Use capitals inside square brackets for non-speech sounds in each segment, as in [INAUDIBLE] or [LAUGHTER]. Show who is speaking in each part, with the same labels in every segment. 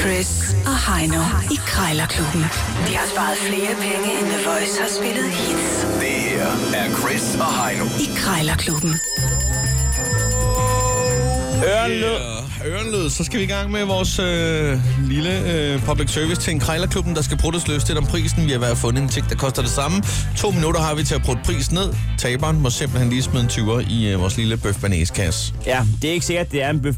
Speaker 1: Chris og Heino i Krejlerklubben. De har sparet flere penge, end The Voice har spillet hits
Speaker 2: Det her er Chris og Heino.
Speaker 1: i Krejlerklubben.
Speaker 3: Ørenlød. Ørenlød. Så skal vi i gang med vores øh, lille øh, public service til en krejlerklubben, der skal pruttes løs lidt om prisen. Vi har været fundet en ting, der koster det samme. To minutter har vi til at prutte prisen ned. Taberen må simpelthen lige smide en 20'er i øh, vores lille bøf kasse.
Speaker 4: Ja, det er ikke sikkert, at det er en bøf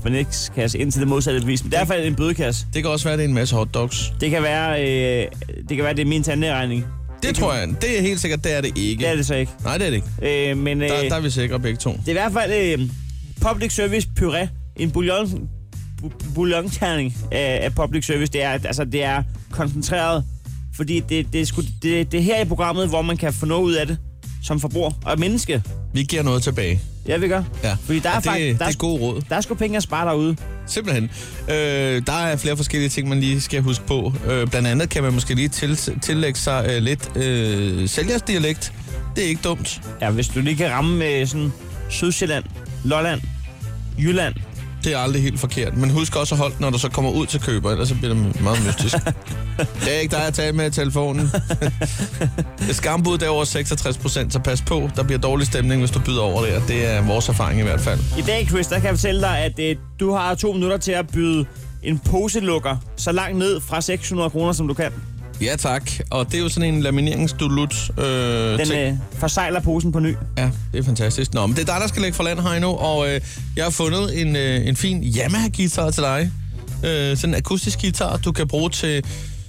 Speaker 4: kasse indtil det modsatte er bevist, men i hvert fald en bødekasse.
Speaker 3: Det kan også være, at det er en masse hotdogs.
Speaker 4: Det kan være, øh, det kan være, det er min tandlægeregning.
Speaker 3: Det tror jeg. Det er helt sikkert, det er det ikke.
Speaker 4: Det er det så ikke.
Speaker 3: Nej, det er det ikke.
Speaker 4: Øh, men øh,
Speaker 3: Der, der er vi sikre begge to.
Speaker 4: det er i hvert fald øh, public service puré. En bouillon, bu- bouillonterning af, af public service. Det er, altså, det er koncentreret, fordi det, det, er sgu, det, det er her i programmet, hvor man kan få noget ud af det som forbruger og menneske.
Speaker 3: Vi giver noget tilbage.
Speaker 4: Ja, vi gør.
Speaker 3: Ja.
Speaker 4: Fordi der er,
Speaker 3: Og det,
Speaker 4: faktisk, der,
Speaker 3: det er
Speaker 4: er,
Speaker 3: gode råd.
Speaker 4: der er sgu penge at spare derude.
Speaker 3: Simpelthen. Øh, der er flere forskellige ting, man lige skal huske på. Øh, blandt andet kan man måske lige til, tillægge sig øh, lidt øh, sælgersdialekt. Det er ikke dumt.
Speaker 4: Ja, hvis du lige kan ramme øh, sådan Sydsjælland, Lolland, Jylland.
Speaker 3: Det er aldrig helt forkert. Men husk også at holde den, når du så kommer ud til køber, ellers så bliver det meget mystisk. det er ikke dig, jeg taler med i telefonen. Skambud er over 66 procent, så pas på. Der bliver dårlig stemning, hvis du byder over der. Det er vores erfaring i hvert fald.
Speaker 4: I dag, Chris, der kan jeg fortælle dig, at øh, du har to minutter til at byde en poselukker så langt ned fra 600 kroner, som du kan.
Speaker 3: Ja tak. Og det er jo sådan en lamineringsdulut øh, ting.
Speaker 4: Den øh, forsejler posen på ny.
Speaker 3: Ja, det er fantastisk. Nå, men det er dig, der skal lægge for land, Heino, og øh, jeg har fundet en, øh, en fin Yamaha-guitar til dig. Øh, sådan en akustisk guitar, du kan bruge til,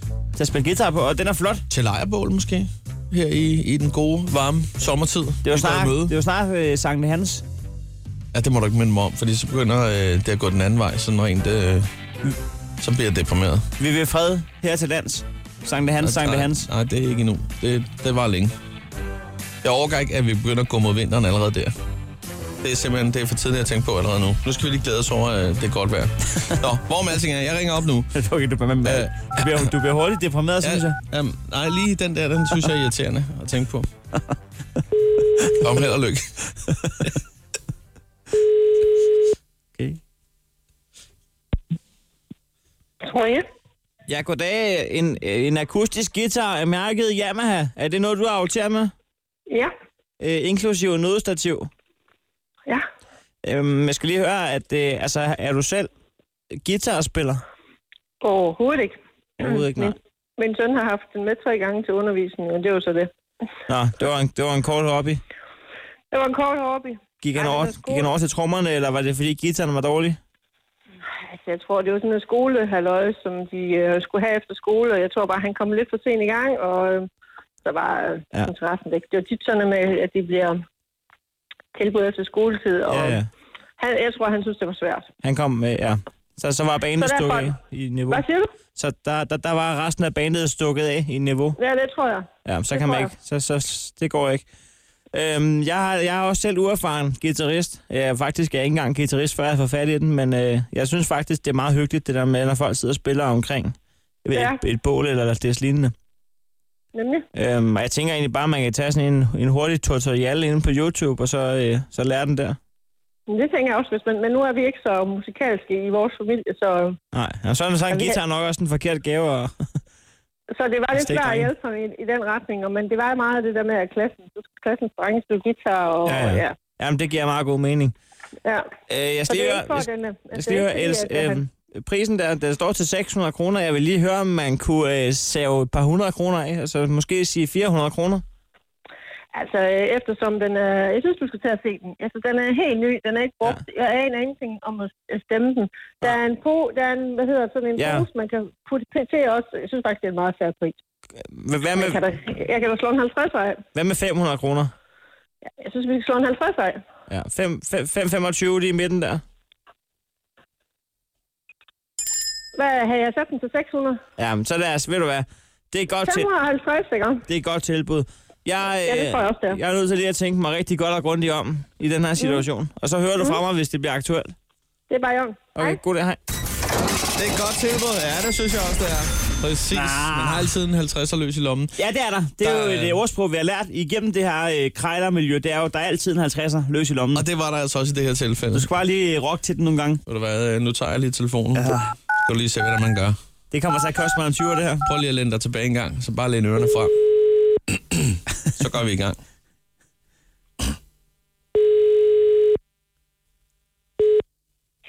Speaker 4: Så jeg spiller guitar på, og den er flot.
Speaker 3: til lejrebål måske, her i, i den gode, varme sommertid.
Speaker 4: Det var
Speaker 3: Vi går i
Speaker 4: snart,
Speaker 3: møde.
Speaker 4: det var snart øh, Sankt Hans.
Speaker 3: Ja, det må du ikke minde mig om, fordi så begynder øh, det at gå den anden vej, sådan rent... Øh, så bliver jeg deprimeret.
Speaker 4: Vi vil fred her til lands. Sankt Hans, Sankt
Speaker 3: Nej,
Speaker 4: Hans. [LAUGHS]
Speaker 3: Nej, det er ikke endnu. Det, det var længe. Jeg overgår ikke, at vi begynder at gå mod vinteren allerede der. Det er simpelthen det er for tidligt at tænke på allerede nu. Nu skal vi lige glæde os over, at det er godt vejr. [LAUGHS] Nå, hvor med alting er, jeg ringer op nu.
Speaker 4: Okay, du, man,
Speaker 3: Øh.
Speaker 4: du, bliver, du bliver hurtigt deprimeret, synes jeg.
Speaker 3: um, nej, lige den der, den synes jeg er irriterende at tænke [LAUGHS] på. Om held og lykke.
Speaker 4: Okay.
Speaker 5: Tror jeg.
Speaker 4: Ja, goddag. En, øh, en akustisk guitar af mærket Yamaha. Er det noget, du har med?
Speaker 5: Ja,
Speaker 4: Øh, inklusive nødstativ.
Speaker 5: ja.
Speaker 4: Øhm, jeg skal lige høre, at øh, altså, er du selv guitarspiller?
Speaker 5: Overhovedet ikke.
Speaker 4: Overhovedet ikke, nej.
Speaker 5: Min, min søn har haft den med tre gange til undervisning, og det var så det.
Speaker 4: Nå, det var en, det var en kort hobby.
Speaker 5: Det var en kort hobby.
Speaker 4: Gik han,
Speaker 5: Ej,
Speaker 4: over,
Speaker 5: det var skole.
Speaker 4: gik han over til trommerne, eller var det fordi gitaren var dårlig?
Speaker 5: Altså, jeg tror, det var sådan en skolehalløj, som de øh, skulle have efter skole, og jeg tror bare, han kom lidt for sent i gang, og øh, så var øh,
Speaker 4: Ja.
Speaker 5: ja. interessen væk. Det var tit sådan med, at de bliver tilbudt efter skoletid, og
Speaker 4: Ja, ja.
Speaker 5: Han, jeg tror, han synes, det var svært.
Speaker 4: Han kom med, ja. Så, så var bandet
Speaker 5: Så der er
Speaker 4: stukket af
Speaker 5: folk.
Speaker 4: i niveau.
Speaker 5: Hvad siger du?
Speaker 4: Så der, der, der var resten af bandet stukket af i niveau.
Speaker 5: Ja, det tror jeg.
Speaker 4: Ja, så
Speaker 5: Det
Speaker 4: kan man
Speaker 5: tror
Speaker 4: ikke. Så, så, det går ikke. Øhm, jeg, har, jeg er også selv uerfaren guitarist. Jeg er faktisk jeg er ikke engang guitarist, før jeg får fat i den, men øh, jeg synes faktisk, det er meget hyggeligt, det der med, når folk sidder og spiller omkring ved
Speaker 5: Ja.
Speaker 4: et, et bål eller det lignende.
Speaker 5: Nemlig.
Speaker 4: Øhm, og jeg tænker egentlig bare, at man kan tage sådan en, en hurtig tutorial inde på YouTube, og så, øh, så lære den der.
Speaker 5: Men det tænker jeg også, hvis man, men nu er vi ikke så musikalske i vores familie, så, øh,
Speaker 4: Nej, og så er så en
Speaker 5: Og vi-
Speaker 4: guitar nok også en forkert gave. Og, [LAUGHS]
Speaker 5: så det var lidt
Speaker 4: Stik
Speaker 5: svært at
Speaker 4: drenge.
Speaker 5: hjælpe ham i, i, den retning. Og, men det var meget det der med, at klassen, så skulle klassen drenge spille guitar, og
Speaker 4: Ja,
Speaker 5: ja,
Speaker 4: ja.
Speaker 5: ja. ja,
Speaker 4: jamen, det giver meget god mening.
Speaker 5: ja.
Speaker 4: Øh, jeg
Speaker 5: Så
Speaker 4: skal
Speaker 5: det
Speaker 4: lige
Speaker 5: er ikke for,
Speaker 4: høre,
Speaker 5: at den, er-
Speaker 4: jeg
Speaker 5: altså,
Speaker 4: skal lige
Speaker 5: det er
Speaker 4: høre,
Speaker 5: ikke
Speaker 4: Els,
Speaker 5: fordi, at han-
Speaker 4: øh, prisen der, der står til 600 kroner. Jeg vil lige høre, om man kunne øh, save et par hundrede kroner af. Altså måske sige 400 kroner.
Speaker 5: Altså, øh, eftersom den er... Jeg synes, du skal tage og se den. Altså, den er helt ny. Den er ikke brugt. Ja. Jeg aner ingenting om at at stemme den. Der er en, po, der er en hvad hedder sådan en
Speaker 4: Ja.
Speaker 5: ja. pose, man kan putte til- til også. Jeg synes faktisk, det er en meget fair pris.
Speaker 4: Men Hvad
Speaker 5: Jeg
Speaker 4: med,
Speaker 5: kan da, jeg kan da slå en 50 af.
Speaker 4: hvad med 500 kroner?
Speaker 5: Jeg synes, vi skal slå en 50 af.
Speaker 4: Ja, 525 lige i midten der.
Speaker 5: Hvad har jeg sat den til 600?
Speaker 4: Ja, men så lad os, ved du hvad, det er et godt, til,
Speaker 5: 550, ikke?
Speaker 4: det er et godt tilbud. Jeg,
Speaker 5: Ja, det
Speaker 4: øh,
Speaker 5: tror jeg også, det er. Mm.
Speaker 4: jeg er nødt til lige at tænke mig rigtig godt og grundigt om i den her situation. Og så hører du fra mig, hvis det bliver aktuelt.
Speaker 5: Det er bare jorden.
Speaker 4: Okay, god dag, hej.
Speaker 3: Det er et godt tilbud. Ja, det synes jeg også, det er. Præcis.
Speaker 4: Ah.
Speaker 3: Man har altid en 50'er løs i lommen.
Speaker 4: Ja, det er der. Det er
Speaker 3: Der
Speaker 4: jo
Speaker 3: er-
Speaker 4: et øh, ordsprog, vi har lært igennem det her øh, krejlermiljø. Det er jo, der er altid en 50'er løs i lommen.
Speaker 3: Og det var der altså også i det her tilfælde.
Speaker 4: Du skal bare lige rock til den nogle gange.
Speaker 3: Ved du hvad, øh, nu tager jeg lige telefonen. Ja. Skal du lige se, hvad der man gør.
Speaker 4: Det Det kommer så at koste mig en 20'er, det her.
Speaker 3: Prøv lige at læne dig tilbage en gang, så bare læn ørerne frem. [CLEARS THROAT] så går vi i gang.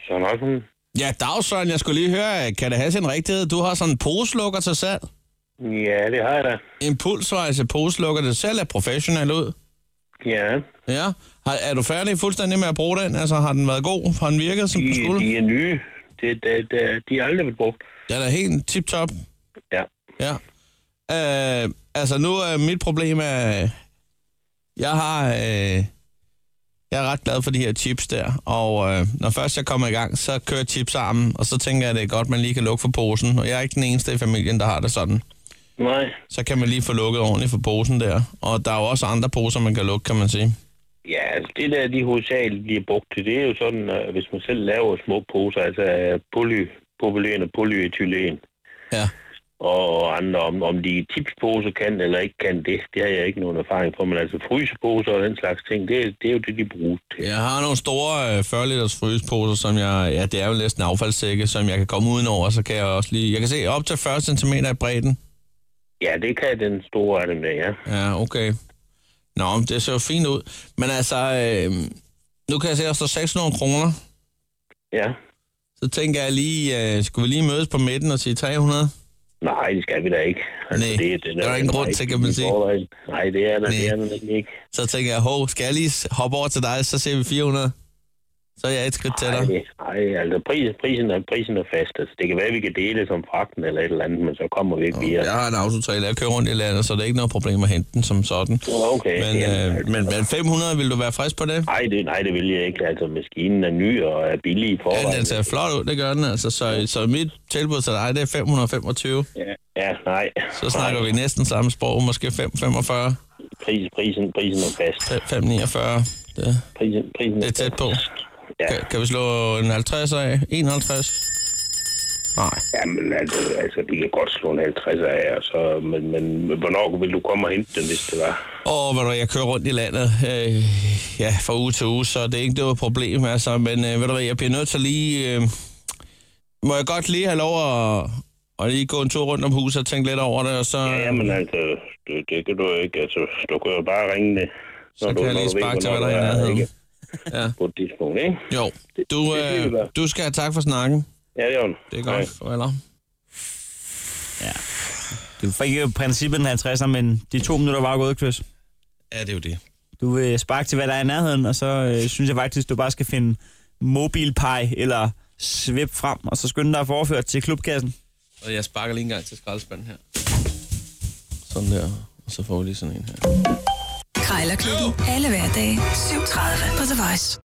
Speaker 6: Søren Rasmussen.
Speaker 3: Ja, dag Søren, jeg skulle lige høre, kan det have sin rigtighed? Du har sådan en poselukker til salg.
Speaker 6: Ja, det har jeg da.
Speaker 3: Impulsvejse poselukker til salg er professionel ud.
Speaker 6: Ja.
Speaker 3: Ja. Har, er du færdig fuldstændig med at bruge den? Altså, har den været god? Har den virket, som den
Speaker 6: De,
Speaker 3: skulle?
Speaker 6: de er nye. De, de, de, de er aldrig blevet brugt.
Speaker 3: Den er helt tip-top.
Speaker 6: Ja.
Speaker 3: Ja. Øh, altså, nu er mit problem, at jeg har... Øh, jeg er ret glad for de her chips der, og øh, når først jeg kommer i gang, så kører chipsarmen, og så tænker jeg, at det er godt, man lige kan lukke for posen. Og jeg er ikke den eneste i familien, der har det sådan.
Speaker 6: Nej.
Speaker 3: Så kan man lige få lukket ordentligt for posen der. Og der er jo også andre poser, man kan lukke, kan man sige.
Speaker 6: Ja, altså det der, de hovedsageligt bliver brugt til, det er jo sådan, øh, hvis man selv laver små poser, altså øh, poly, propylen og polyetylen,
Speaker 3: Ja.
Speaker 6: og andre, om, om de tipsposer kan eller ikke kan det, det har jeg ikke nogen erfaring på, men altså fryseposer og den slags ting, det, det er jo det, de bruges til.
Speaker 3: Jeg har nogle store øh, 40 liters fryseposer, som jeg, ja, det er jo næsten affaldssække, som jeg kan komme udenover, så kan jeg også lige, jeg kan se op til 40 cm i bredden.
Speaker 6: Ja, det kan den store af dem der, ja.
Speaker 3: Ja, okay. Nå, men det ser jo fint ud. Men altså, øh, nu kan jeg se, at der står 600 kroner.
Speaker 6: Ja.
Speaker 3: Så tænker jeg lige, øh, skulle vi lige mødes på midten og sige 300?
Speaker 6: Nej, det skal vi da ikke. Altså,
Speaker 3: Nej, der er ingen grund til, kan man sige.
Speaker 6: sige. Nej, det er der,
Speaker 3: Nej.
Speaker 6: det er der nemlig ikke.
Speaker 3: Så tænker jeg, hov, skal jeg lige s- hoppe over til dig, så ser vi 400? Så er jeg et skridt tættere.
Speaker 6: Nej, nej, altså prisen, prisen, er, prisen er fast. Altså, det kan være, at vi kan dele som fragten eller et eller andet, men så kommer vi ikke videre.
Speaker 3: Jeg har en autotrailer, jeg kører rundt i landet, så det er ikke noget problem at hente den som sådan.
Speaker 6: Nå, Okay,
Speaker 3: Men,
Speaker 6: jamen, altså-
Speaker 3: øh, men, men 500, vil du være frisk på det?
Speaker 6: nej, det, nej, det vil jeg ikke. Altså, maskinen er ny og er billig i
Speaker 3: Ja,
Speaker 6: forvejen.
Speaker 3: den ser flot ud, det gør den altså. Så, så mit tilbud til dig, det er 525.
Speaker 6: Ja, ja, nej.
Speaker 3: Så snakker vi næsten samme sprog, måske 545,
Speaker 6: Pris, prisen, prisen er fast.
Speaker 3: 549. Det,
Speaker 6: Prisen, prisen
Speaker 3: det er tæt på.
Speaker 6: Ja,
Speaker 3: Kan, kan vi slå en 50 af? 51? Nej.
Speaker 6: jamen, altså, altså, vi kan godt slå en 50 af, og så, men, men hvornår vil du komme og hente den, hvis det var?
Speaker 3: Og ved du, hvad, jeg kører rundt i landet øh, ja, fra uge til uge, så det er ikke noget problem, altså. Men øh, ved du hvad, jeg bliver nødt til lige... Øh, må jeg godt lige have lov at, at lige gå en tur rundt om huset og tænke lidt over det, og så...
Speaker 6: Ja, jamen, altså, det, det kan du ikke. Altså, du kan jo bare ringe det.
Speaker 3: Så kan jeg lige sparke til, hvad der er i nærheden. Ja.
Speaker 6: Ja. På et tidspunkt, ikke?
Speaker 3: Jo, du,
Speaker 6: det er
Speaker 3: øh,
Speaker 6: det, vi gør.
Speaker 3: du skal have tak for snakken.
Speaker 6: Ja, det er jo
Speaker 3: Det er godt. Farvel.
Speaker 4: Du fik jo i princippet den 50'er, men de to minutter var jo gået, Chris.
Speaker 3: Ja, det er jo det.
Speaker 4: Du vil sparke til, hvad der er i nærheden, og så øh, synes jeg faktisk, du bare skal finde mobilpej eller svip frem, og så skynde dig at forføre til klubkassen.
Speaker 3: Og jeg sparker lige en gang til skraldespanden her. Sådan der. Og så får vi lige sådan en her.
Speaker 1: Krejlerklubben. Alle hverdage. 7.30 på The Voice.